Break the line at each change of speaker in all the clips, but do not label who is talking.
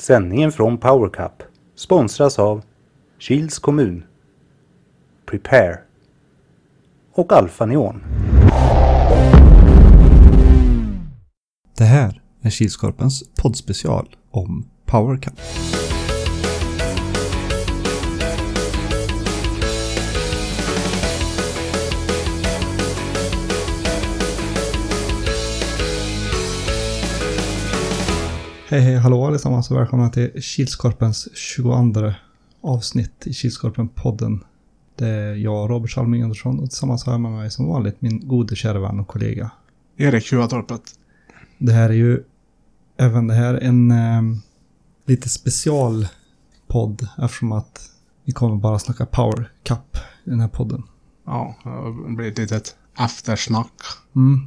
Sändningen från Power Cup sponsras av Kils kommun, Prepare och Alfa Neon.
Det här är Kilskorpens poddspecial om Power Cup. Hej hej hallå allesammans och välkomna till Kilskorpens 22 avsnitt i Kilskorpen-podden. Det är jag, Robert Salming Andersson, och tillsammans har jag med mig som vanligt min gode kära vän och kollega.
Erik Huatorpet.
Det här är ju även det här en eh, lite specialpodd eftersom att vi kommer bara snacka Power Cup i den här podden.
Ja, det blir ett litet eftersnack.
Mm.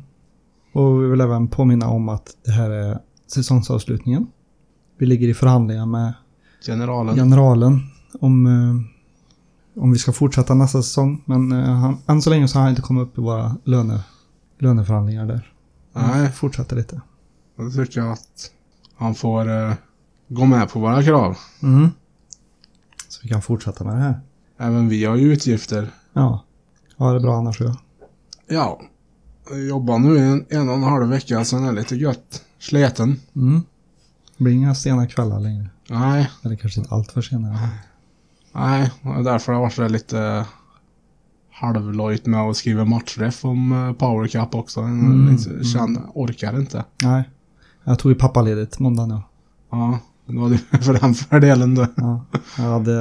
Och vi vill även påminna om att det här är säsongsavslutningen. Vi ligger i förhandlingar med
Generalen.
generalen om, eh, om vi ska fortsätta nästa säsong. Men eh, han, än så länge så har han inte kommit upp i våra löne, löneförhandlingar där.
Nej.
Vi fortsätter lite.
Då tycker jag att han får eh, gå med på våra krav.
Mm. Så vi kan fortsätta med det här.
Även vi har ju utgifter.
Ja. Ja, det är bra annars. Ja.
Ja. jag Jobbar nu i en, en och en halv vecka så den är lite gött sleten.
Mm. Det blir inga sena kvällar längre.
Nej,
Eller kanske inte allt för sena.
nej. Det är därför jag har varit så där lite eh, halvlojt med att skriva matchref om eh, Power Cup också.
Mm,
Mm, lite, känner, orkar inte.
Nej. Jag tog ju pappaledigt måndagen. Ja.
Ja, det var det för den fördelen du.
Ja. Jag hade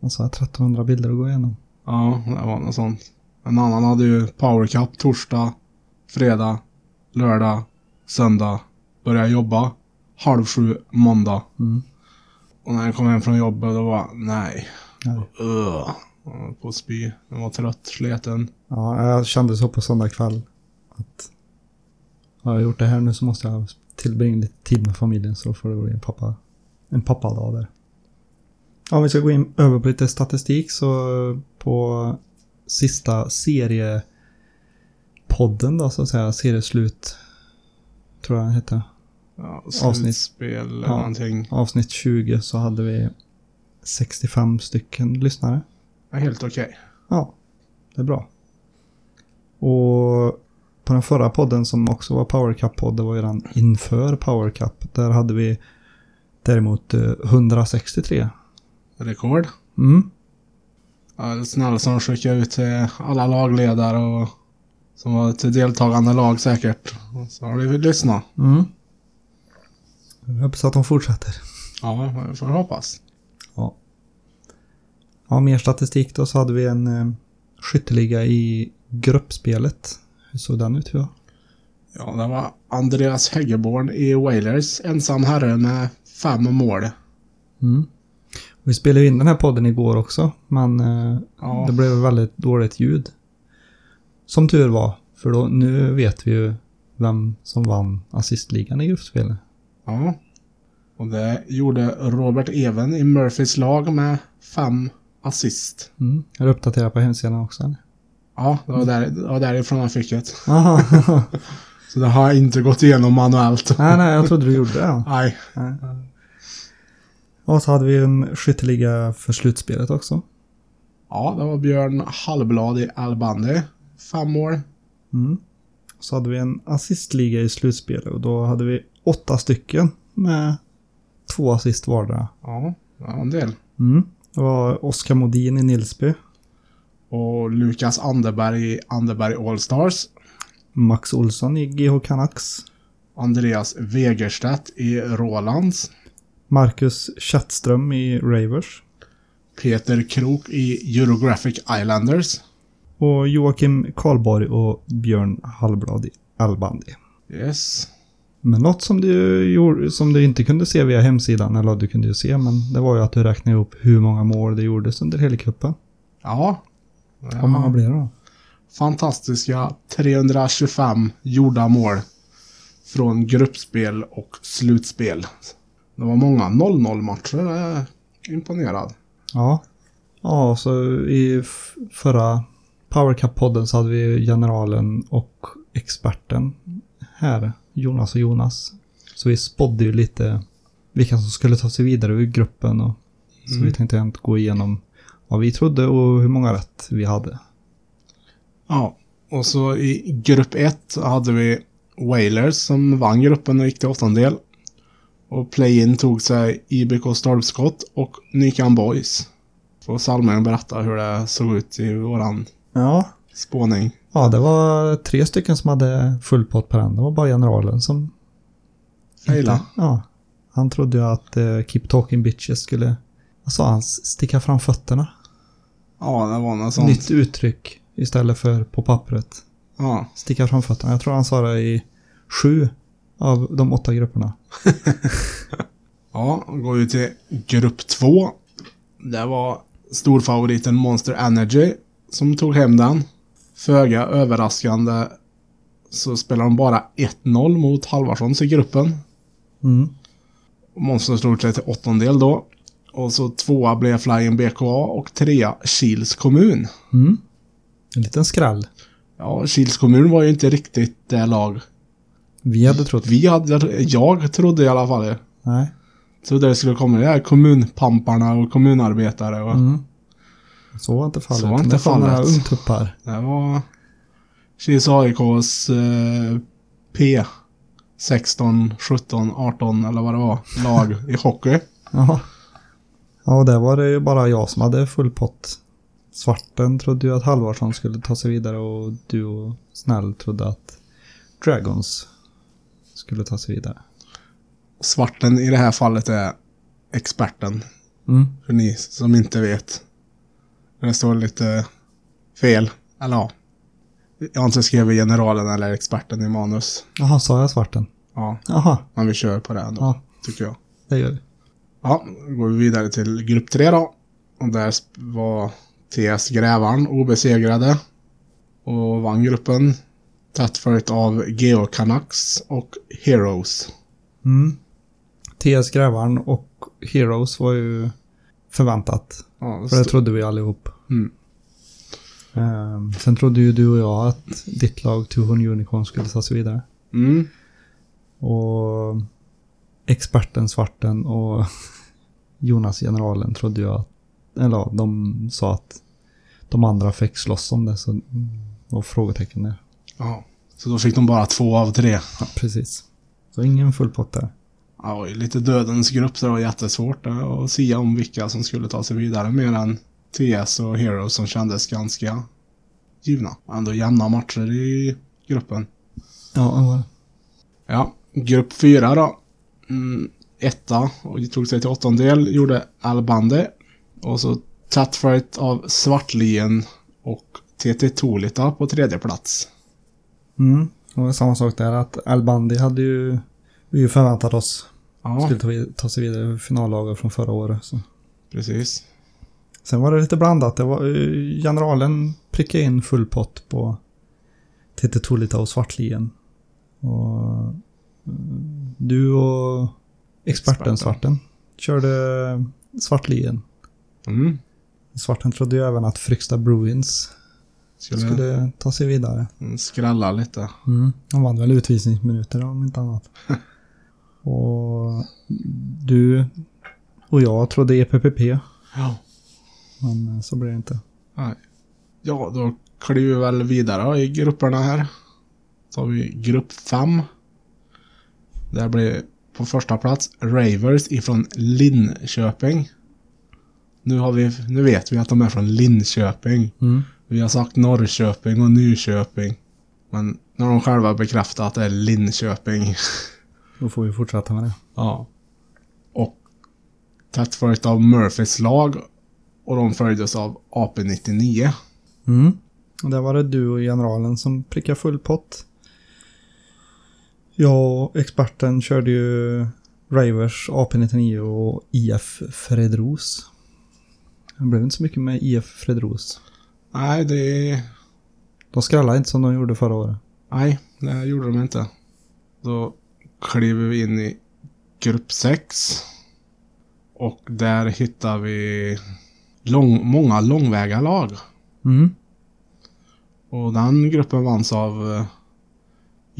vad sa jag, 1300 bilder att gå igenom.
Ja, det var något sånt. En annan hade ju Power Cup torsdag, fredag, lördag, söndag. Började jobba halv sju måndag.
Mm.
Och när jag kom hem från jobbet då var nej.
Nej.
Ugh. Jag var På att spy. Jag var trött, sliten.
Ja, jag kände så på söndag kväll att har jag gjort det här nu så måste jag tillbringa lite tid med familjen så då får det bli en, pappa, en pappadag där. Ja, vi ska gå in över på lite statistik så på sista seriepodden då så att säga, serieslut tror jag den hette.
Ja,
Avsnitt.
slutspel eller
Ja.
någonting.
Avsnitt 20 så hade vi 65 stycken lyssnare.
Ja, helt okej.
Ja, det är bra. Och på den förra podden som också var Power Cup-podd, det var ju den inför Power Cup. Där hade vi däremot eh, 163.
Rekord.
Mm.
Ja, Snällson skickade ut till alla lagledare och som var till deltagande lag säkert. Och Så har vi lyssnat.
Mm. Jag hoppas att de fortsätter.
Ja, vi får hoppas.
Ja. Ja, mer statistik då så hade vi en eh, skytteliga i gruppspelet. Hur såg den ut? Ja.
Ja, det var Andreas Häggeborn i Wailers, ensam herre med fem mål.
Mm. Vi spelade ju in den här podden igår också, men eh,
Ja.
Det blev väldigt dåligt ljud. Som tur var, för då, nu vet vi ju vem som vann assistligan i gruppspelet.
Ja. Och det gjorde Robert Even i Murphys lag med fem assist.
Mm. Är du uppdaterad på hemsidan också eller?
Ja, det var, där, det var därifrån han fick det.
Aha.
Så det har jag inte gått igenom manuellt.
nej, nej, jag trodde du gjorde det. ja.
Nej.
Och så hade vi en skytteliga för slutspelet också.
Ja, det var Björn Hallblad i Albany. Fem mål.
Mm. Så hade vi en assistliga i slutspelet och då hade vi åtta stycken med två assist vardera.
Ja, det var en del.
Mm. Det var Oskar Modin i Nilsby,
Och Lukas Anderberg i Anderberg Allstars.
Max Olsson i GH Canucks,
Andreas Wegerstedt i Rålands.
Marcus Chattström i Ravers
Peter Krok i Eurographic Islanders.
och Joakim Karlborg och Björn Hallblad i Albandy.
Yes.
Men något som du, gjorde, som du inte kunde se via hemsidan, eller du kunde ju se, men det var ju att du räknade ihop hur många mål det gjordes under hela cupen.
Ja.
Hur många blev det då?
Fantastiska 325 gjorda mål. Från gruppspel och slutspel. Det var många 0-0 matcher. Jag är imponerad.
Ja. Ja, så i f- förra Power Cup-podden så hade vi ju generalen och experten här, Jonas och Jonas. Så vi spådde ju lite vilka som skulle ta sig vidare ur gruppen. Och, Så
Mm.
vi tänkte inte gå igenom vad vi trodde och hur många rätt vi hade.
Ja, och så i grupp 1 hade vi Wailers som vann gruppen och gick till åttondel. Och play-in tog sig IBK Stolpskott och Nykan Boys. Får Salming berätta hur det såg ut i våran
Ja.
spåning.
Ja, det var tre stycken som hade full pott per en. Det var bara generalen som...
Faila.
Ja. Han trodde ju att eh, Keep Talking Bitches skulle... Vad sa han? Sticka fram fötterna.
Ja, det var något sånt.
Nytt uttryck istället för på pappret.
Ja,
Sticka fram fötterna. Jag tror han sa det i sju av de åtta grupperna.
ja och går vi till grupp 2. Det var storfavoriten Monster Energy som tog hem den. Föga överraskande så spelar de bara 1-0 mot Halvarssons i gruppen.
Mm.
Monster slog sig till åttondel då. Och så tvåa blev Flying BKA och trea Kils kommun.
Mm. En liten skrall.
Ja, Kils kommun var ju inte riktigt det lag
Vi hade trott...
vi hade, jag trodde i alla fall det.
Nej.
Trodde det skulle komma det här kommunpamparna och kommunarbetare och
Mm. Så var inte fallet.
Så var inte
Det kom några
fallet.
ungtuppar.
det var Kils AIKs eh, P 16, 17, 18 eller vad det var, lag i hockey.
Ja. Ja, och där var det ju bara jag som hade full pott. Svarten trodde ju att Halvarsson skulle ta sig vidare och du och Snäll trodde att Dragons skulle ta sig vidare.
Svarten i det här fallet är experten.
Mm.
För ni som inte vet. Det står lite fel. Eller ja. Jag har inte skrivit generalen eller experten i manus.
Jaha, sa jag svarten?
Ja,
Jaha,
men vi kör på det ändå.
Ja.
Tycker jag.
det gör vi.
Ja, då går vi vidare till grupp tre då. Och där sp- var TS Grävaren obesegrade. Och vann gruppen. Tätt följt av Geo Canucks och Heroes.
Mm. TS Grävaren och Heroes var ju förväntat.
Ja,
För det trodde vi allihop.
Mm.
Ehm, sen trodde ju du och jag att ditt lag, Tuhon Unicorn, skulle ta sig vidare.
mm.
Och experten Svarten och Jonas generalen trodde ju att, eller ja, de sa att de andra fick slåss om det så mm, var frågetecken där.
ja. Så då fick de bara två av tre.
Ja, precis. Så ingen full pott där.
Ja, och i lite dödens grupp så det var jättesvårt eh, att sia om vilka som skulle ta sig vidare mer än TS och Heroes som kändes ganska givna. Ändå jämna matcher i gruppen.
Ja, det var det.
Ja, grupp fyra då. Mm, etta och tog sig till åttondel gjorde Albande. Och så tätt följt av Svartlien och TT Tolita på tredje plats.
Mm. Och det var samma sak där att Albandi hade ju, vi ju förväntat oss
Ja,
skulle ta, vid- ta sig vidare i finallaget från förra året. Så.
precis.
Sen var det lite blandat. Det var, eh, generalen prickade in full pott på Titti Tolita och Svartlien. Och mm, du och experten
Experten.
Svarten körde Svartlien.
Mm.
Svarten trodde ju även att Fryksta Bruins
Skulle,
skulle ta sig vidare.
mm, skrälla lite.
Mm. De vann väl utvisningsminuter om inte annat. och du och jag trodde E EPPP,
Ja.
men eh, så blev det inte.
Ja, då kliver vi väl vidare i grupperna här. Så har vi grupp 5. Där blir på första plats Ravers ifrån Linköping. Nu, har vi, nu vet vi att de är från Linköping.
Mm.
Vi har sagt Norrköping och Nyköping. Men när de själva bekräftar att det är Linköping.
Då får vi fortsätta med det.
Ja. Och tätt följt av Murphys lag. Och de följdes av AP99.
Mm. Och där var det du och generalen som prickade full pott. Jag och experten körde ju Ravers AP99 och IF Fredros. Det blev inte så mycket med IF Fredros.
Nej, det är
De skrällade inte som de gjorde förra året.
Nej, det gjorde de inte. Då kliver vi in i grupp 6. Och där hittar vi lång, många långväga lag.
Mm.
Och den gruppen vanns av eh,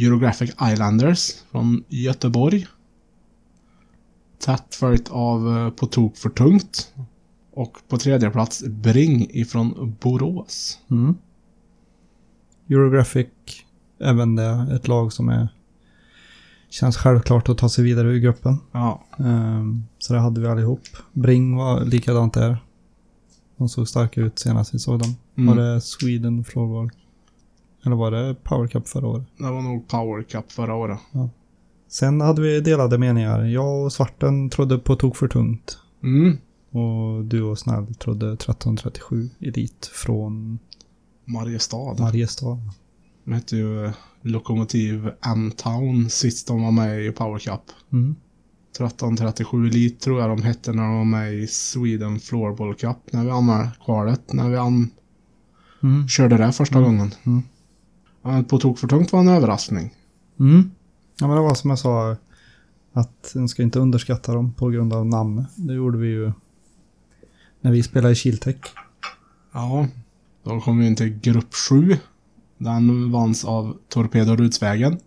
Eurographic Islanders från Göteborg. Tätt följt av eh, På tok för tungt. Och på tredje plats Bring ifrån Borås.
Mm. Eurographic, även det, ett lag som är, känns självklart att ta sig vidare ur gruppen.
Ja,
Ehm, så det hade vi allihop. Bring var likadant där. De såg starka ut senast vi såg dem.
Mm.
Var det Sweden Floorball? Eller var det Power Cup förra året?
det var nog Power Cup förra året.
Sen hade vi delade meningar. Jag och Svarten trodde på tok för tungt.
Mm.
Och du och Snäll trodde 1337 Elit från
Mariestad.
Mariestad.
De hette ju eh, Lokomotiv M-Town sist de var med i Power Cup.
Mm.
1337 Elite tror jag de hette när de var med i Sweden Floorball Cup när vi anmälde kvalet. När vi an-
Mm.
körde det första
Mm.
gången.
Mm.
Ja, På tok för tungt var en överraskning.
Mm. Ja, men det var som jag sa, att man ska inte underskatta dem på grund av namn. Det gjorde vi ju när vi spelade i Kiltech.
Ja, då kom vi in till grupp 7. Den vanns av Torpedo Rudsvägen.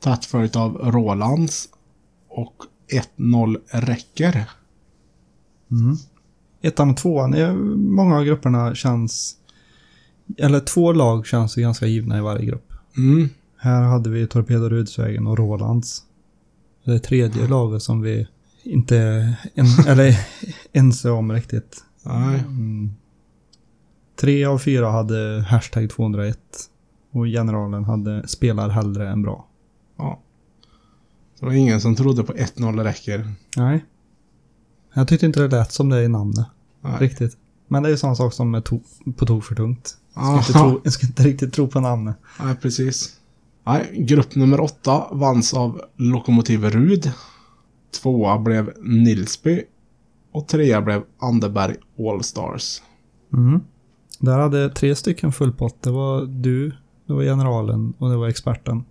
Tätt följt av Rolands. Och 1-0 räcker.
Mm. Ettan och tvåan, är, många av grupperna känns... Eller två lag känns ju ganska givna i varje grupp.
Mm.
Här hade vi Torpedo Rudsvägen och Rolands. Det tredje laget som vi inte är en, eller ense om riktigt.
Nej.
Mm. Tre av fyra hade hashtag 201. Och generalen hade spelar hellre än bra.
Det var ingen som trodde på 1-0 räcker.
Nej. Jag tyckte inte det lät som det i namnet.
Nej.
Riktigt. Men det är ju samma sak som med to- på tok för tungt. Jag ska, inte
Aha.
tro, jag ska inte riktigt tro på namnet.
Nej, precis. Nej, grupp nummer åtta vanns av Lokomotiv Rud. Tvåa blev Nilsby. Och trea blev Anderberg Allstars.
Mm. Där hade tre stycken full pott. Det var du, det var generalen och det var experten.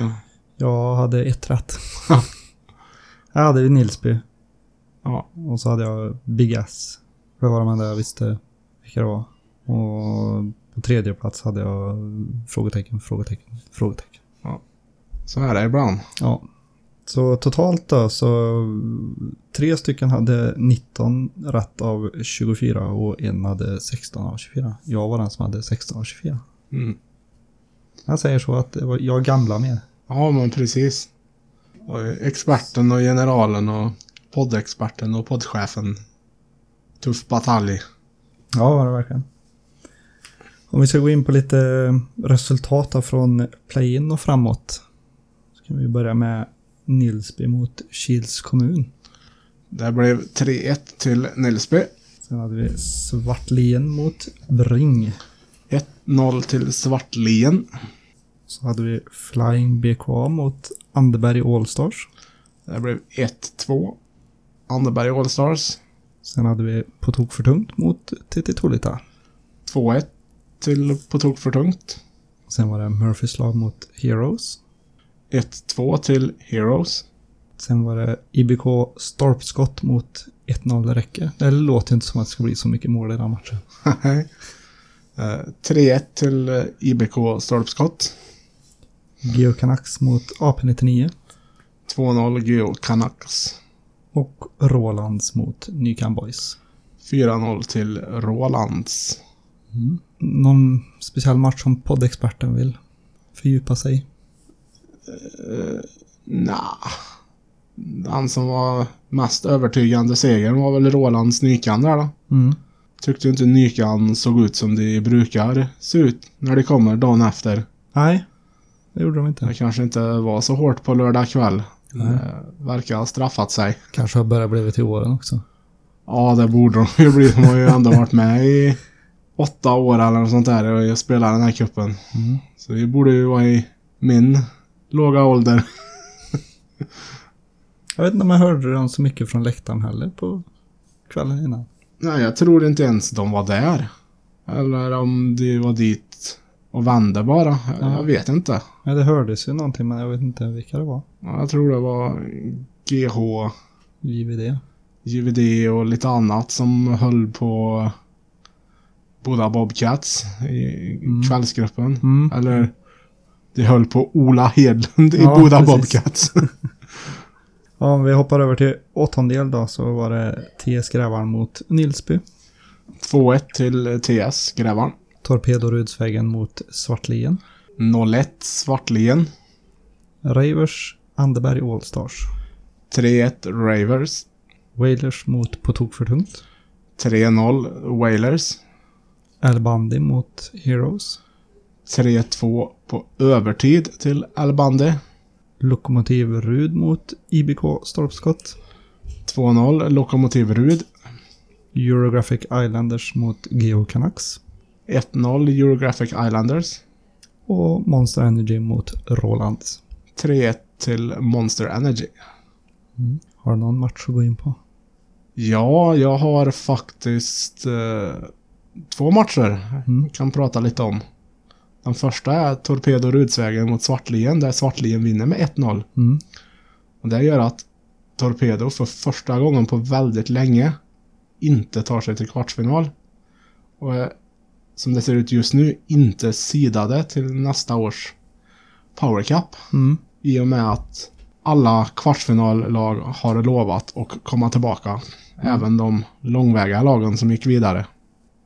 Mm.
Jag hade ett rätt. jag hade Nilsby
Ja.
och så hade jag Big S. Det var de enda jag visste vilka det var. Och på tredje plats hade jag frågetecken, frågetecken, frågetecken.
Så här är det ibland.
Ja. Så totalt då, så tre stycken hade 19 rätt av 24 och en hade 16 av 24. Jag var den som hade 16 av 24.
Mm.
Han säger så att det var jag gamla med.
Ja, men precis. Och Experten och generalen och poddexperten och poddchefen. Tuff batalj.
Ja, var det verkligen. Om vi ska gå in på lite resultat då från play-in och framåt. Så kan vi börja med Nilsby mot Kils kommun.
Det blev 3-1 till Nilsby.
Sen hade vi Svartlien mot Bring.
1-0 till Svartlien.
Så hade vi Flying BK mot Anderberg Allstars.
Det blev 1-2. Anderberg Allstars.
Sen hade vi På tok för tungt mot TT Tolita.
2-1 till På tok för tungt.
Sen var det Murphys lag mot Heroes.
1-2 till Heroes.
Sen var det IBK stolpskott mot 1-0 räcker. Det låter ju inte som att det ska bli så mycket mål i den matchen.
Eh, 3-1 Eh, till eh, IBK Stolpskott.
Geo Canucks mot AP99
2-0 Geo Canucks.
och Rolands mot Nykan Boys.
4-0 till Rolands.
Någon speciell match som poddexperten vill fördjupa sig i?
Nja. Den som var mest övertygande segern var väl Rolands Nykan där då.
Mm.
Tyckte ju inte Nykan såg ut som de brukar se ut när de kommer dagen efter.
Nej, det gjorde de inte.
Det kanske inte var så hårt på lördag kväll.
Nej.
Eh, Verkar ha straffat sig.
Kanske har börjat bli till åren också.
Ja, det borde de ju bli. De har ju ändå varit med i åtta år eller något sånt där och spelat den här cupen.
Mm.
Så det borde ju vara i min låga ålder.
Jag vet inte om jag hörde dem så mycket från läktaren heller på kvällen innan.
Nej, jag tror inte ens de var där. Eller om de var dit och vände bara. Jag,
Ja.
jag vet inte.
Ja, det hördes ju någonting men jag vet inte vilka det var.
Ja, Jag tror det var GH,
JVD.
JVD och lite annat som höll på båda Bobcats i
Mm.
kvällsgruppen.
Mm.
Eller de höll på Ola Hedlund i
Ja,
båda
precis.
Bobcats.
Om vi hoppar över till åttondel då så var det TS Grävarn mot Nilsby.
2-1 till eh, TS, Grävarn.
Torpedo Rudsvägen mot Svartlien.
0-1 Svartlien.
Ravers Anderberg Allstars.
3-1 Ravers.
Wailers mot På tok för tungt.
3-0 Wailers.
Al Bundy mot Heroes.
3-2 på övertid till Albande.
Lokomotiv Rud mot IBK Stolpskott.
2-0 Lokomotiv Rud.
Eurographic Islanders mot Geo Canucks.
1-0 Eurographic Islanders.
Och Monster Energy mot Rolands.
3-1 till Monster Energy.
Har du någon match att gå in på?
Ja, jag har faktiskt eh, två matcher
Mm.
kan prata lite om. Den första är Torpedo Rudsvägen mot Svartlien där Svartlien vinner med 1-0.
Mm.
Och det gör att Torpedo för första gången på väldigt länge inte tar sig till kvartsfinal. Och är, som det ser ut just nu, inte sidade till nästa års Power Cup.
Mm.
I och med att alla kvartsfinallag har lovat att komma tillbaka. Även de långväga lagen som gick vidare.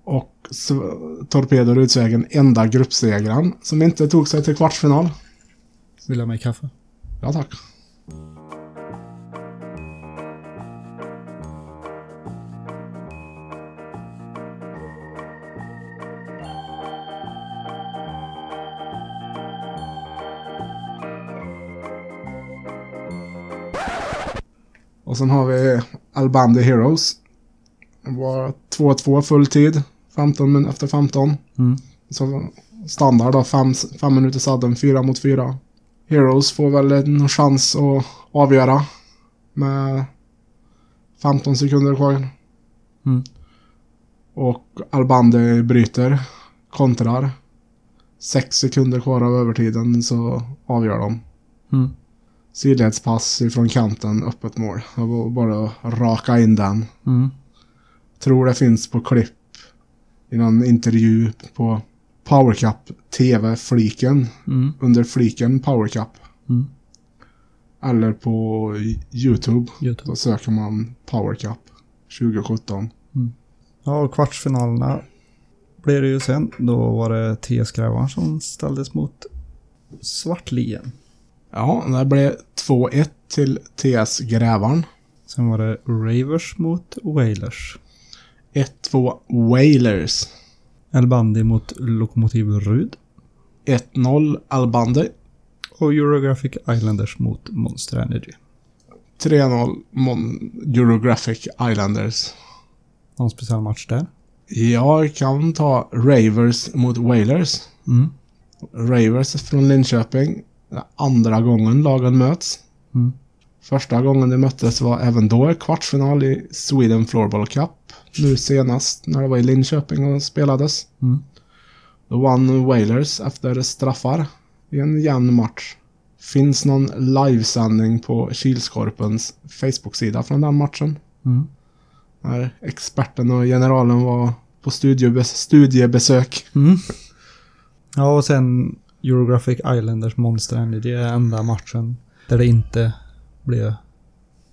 Och Sv- Torpedo Rudsvägen enda gruppsegraren som inte tog sig till kvartsfinal.
Vill ha med kaffe?
Ja tack. Och sen har vi Albandi Heroes. Det var 2-2 fulltid. 15 min efter 15.
Mm.
Så standard då, fem, fem minuter sadden, fyra mot fyra. Heroes får väl en chans att avgöra med 15 sekunder kvar.
Mm.
Och Albande bryter, kontrar. Sex sekunder kvar av övertiden så avgör de.
Mm.
Sidledspass ifrån kanten, öppet mål. Det var bara att raka in den.
Mm.
Tror det finns på klipp i någon intervju på Powercup TV-fliken
Mm.
under fliken Powercup.
Mm.
Eller på YouTube.
YouTube.
Då söker man Powercup 2017.
Ja, och kvartsfinalerna blev det ju sen. Då var det TS Grävarn som ställdes mot Svartlien.
Ja, det blev 2-1 till TS Grävarn.
Sen var det Ravers mot Wailers.
1-2 Wailers.
Elbandi mot Lokomotiv Rud.
1-0 Albande.
Och Eurographic Islanders mot Monster Energy.
3-0 Mon- Eurographic Islanders.
Någon speciell match där?
Jag kan ta Ravers mot Wailers.
Mm.
Ravers från Linköping. Det är Andra gången lagen möts.
Mm.
Första gången de möttes var även då kvartsfinal i Sweden Floorball Cup. Nu senast när det var i Linköping och spelades.
Mm.
Då vann Wailers efter straffar i en jämn match. Finns någon livesändning på Kilskorpens Facebook-sida från den matchen.
Mm.
När experten och generalen var på studiebes- studiebesök.
Mm. Ja, och sen Eurographic Islanders Monster Energy är enda matchen där det inte blev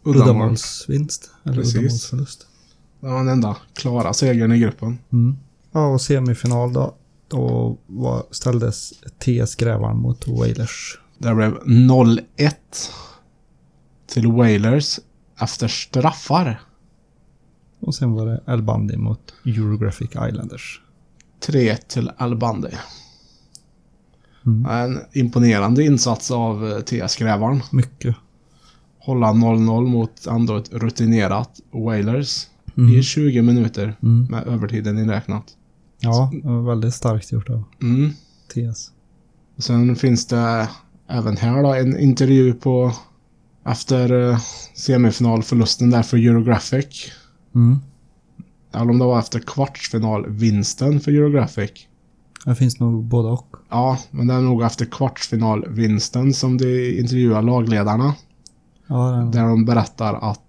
uddamålsvinst. Eller
Precis.
uddamålsförlust.
Det var den enda klara segern i gruppen.
Mm. Ja, och semifinal då. Då var, ställdes TS Grävarn mot Wailers.
Det blev 0-1 till Wailers efter straffar.
Och sen var det Elbandi mot Eurographic Islanders.
3-1 till Albandi.
Mm.
En imponerande insats av eh, TS Grävarn.
Mycket.
Hålla 0-0 mot ändå ett rutinerat Wailers i 20 minuter
Mm.
med övertiden inräknat.
Ja, det var väldigt starkt gjort av
Mm.
TS.
Sen finns det även här då en intervju på efter eh, semifinalförlusten där för Eurographic.
Mm.
Eller om det var efter kvartsfinalvinsten för Eurographic.
Det finns nog både och.
Ja, men det är nog efter kvartsfinalvinsten som de intervjuar lagledarna.
Ja, den,
Där de berättar att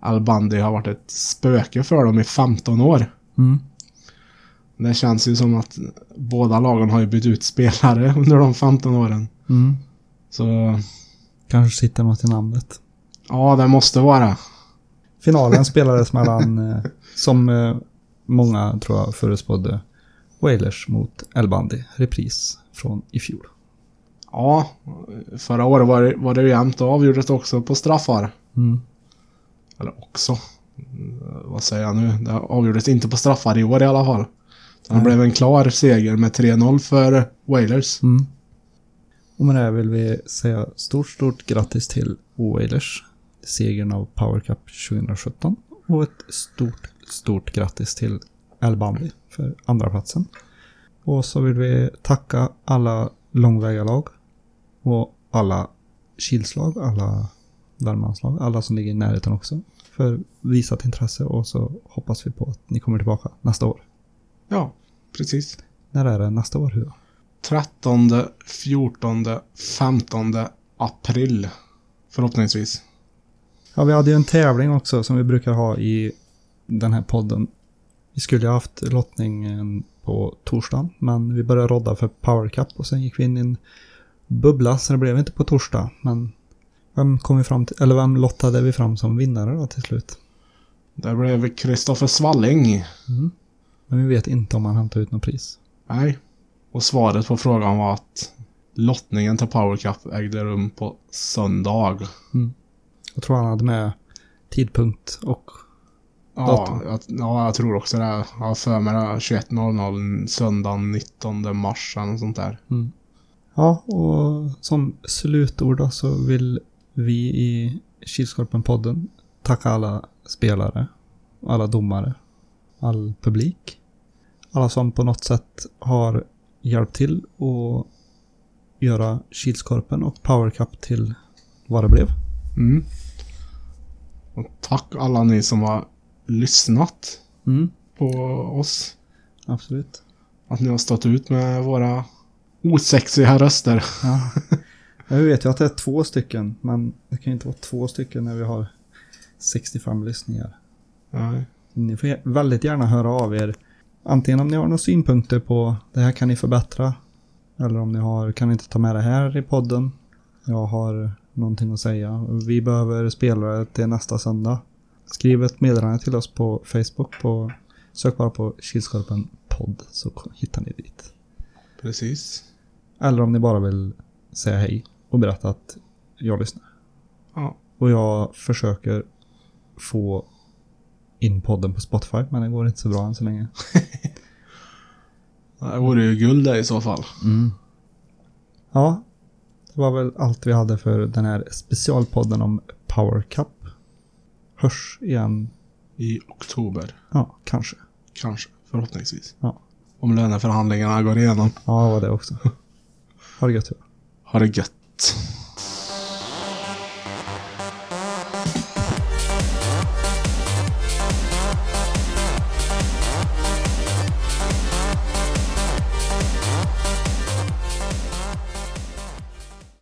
Al Bundy har varit ett spöke för dem i 15 år.
Mm.
Det känns ju som att båda lagen har ju bytt ut spelare under de 15 åren.
Mm.
Så
Kanske sitter något i namnet.
Ja, det måste vara.
Finalen spelades mellan, eh, som eh, många tror jag förutspådde, Wailers mot El Bandi, repris från i fjol.
Ja, förra året var det, var det ju jämnt och avgjordes också på straffar.
Mm.
Eller också. Mm, Vad säger jag nu? Det avgjordes inte på straffar i år i alla fall. Det blev en klar seger med 3-0 för Wailers.
Mm. Och med det här vill vi säga stort, stort grattis till Wailers, segern av Power Cup 2017. Och ett stort, stort grattis till El Bandi för andraplatsen. Och så vill vi tacka alla långväga lag och alla Kilslag, alla Värmlandslag, alla som ligger i närheten också för visat intresse och så hoppas vi på att ni kommer tillbaka nästa år.
Ja, precis.
När är det nästa år? Hua?
13, 14, 15 april. Förhoppningsvis.
Ja, vi hade ju en tävling också som vi brukar ha i den här podden. Vi skulle ju ha haft lottningen på torsdagen, men vi började rodda för Power Cup och sen gick vi in i en bubbla, så det blev inte på torsdag. Men vem kom vi fram till, eller vem lottade vi fram som vinnare då till slut?
Det blev Kristoffer Svalling.
Men vi vet inte om han hämtade ut något pris.
Nej. Och svaret på frågan var att lottningen till Power Cup ägde rum på söndag.
Jag tror han hade med tidpunkt och
Ja,
Datum.
jag, ja, jag tror också det. Jag har för mig det. 21.00 söndagen 19 mars eller något sånt där.
Ja, och som slutord då så vill vi i Kilskorpen-podden tacka alla spelare, alla domare, all publik. Alla som på något sätt har hjälpt till att göra Kilskorpen och Power Cup till vad det blev.
Mm. Och tack alla ni som har lyssnat på oss.
Mm, Absolut.
Att ni har stått ut med våra osexiga röster.
Ja. Jag vet ju att det är två stycken, men det kan ju inte vara två stycken när vi har 65 lyssningar.
Nej.
Ni får väldigt gärna höra av er. Antingen om ni har några synpunkter på det här kan ni förbättra. Eller om ni har, kan ni inte ta med det här i podden? Jag har någonting att säga. Vi behöver spelare till nästa söndag. Skriv ett meddelande till oss på Facebook. På, sök bara på Kilskorpen podd så k- hittar ni dit.
Precis.
Eller om ni bara vill säga hej och berätta att jag lyssnar.
Ja.
Och jag försöker få in podden på Spotify, men det går inte så bra än så länge.
Det vore ju guld det i så fall.
Ja, det var väl allt vi hade för den här specialpodden om Power Cup. Hörs igen,
I oktober.
ja, kanske.
Kanske. Förhoppningsvis.
Ja.
Om löneförhandlingarna går igenom.
Ja, det var det också. Ha det gött. hörru.
Ha det gött.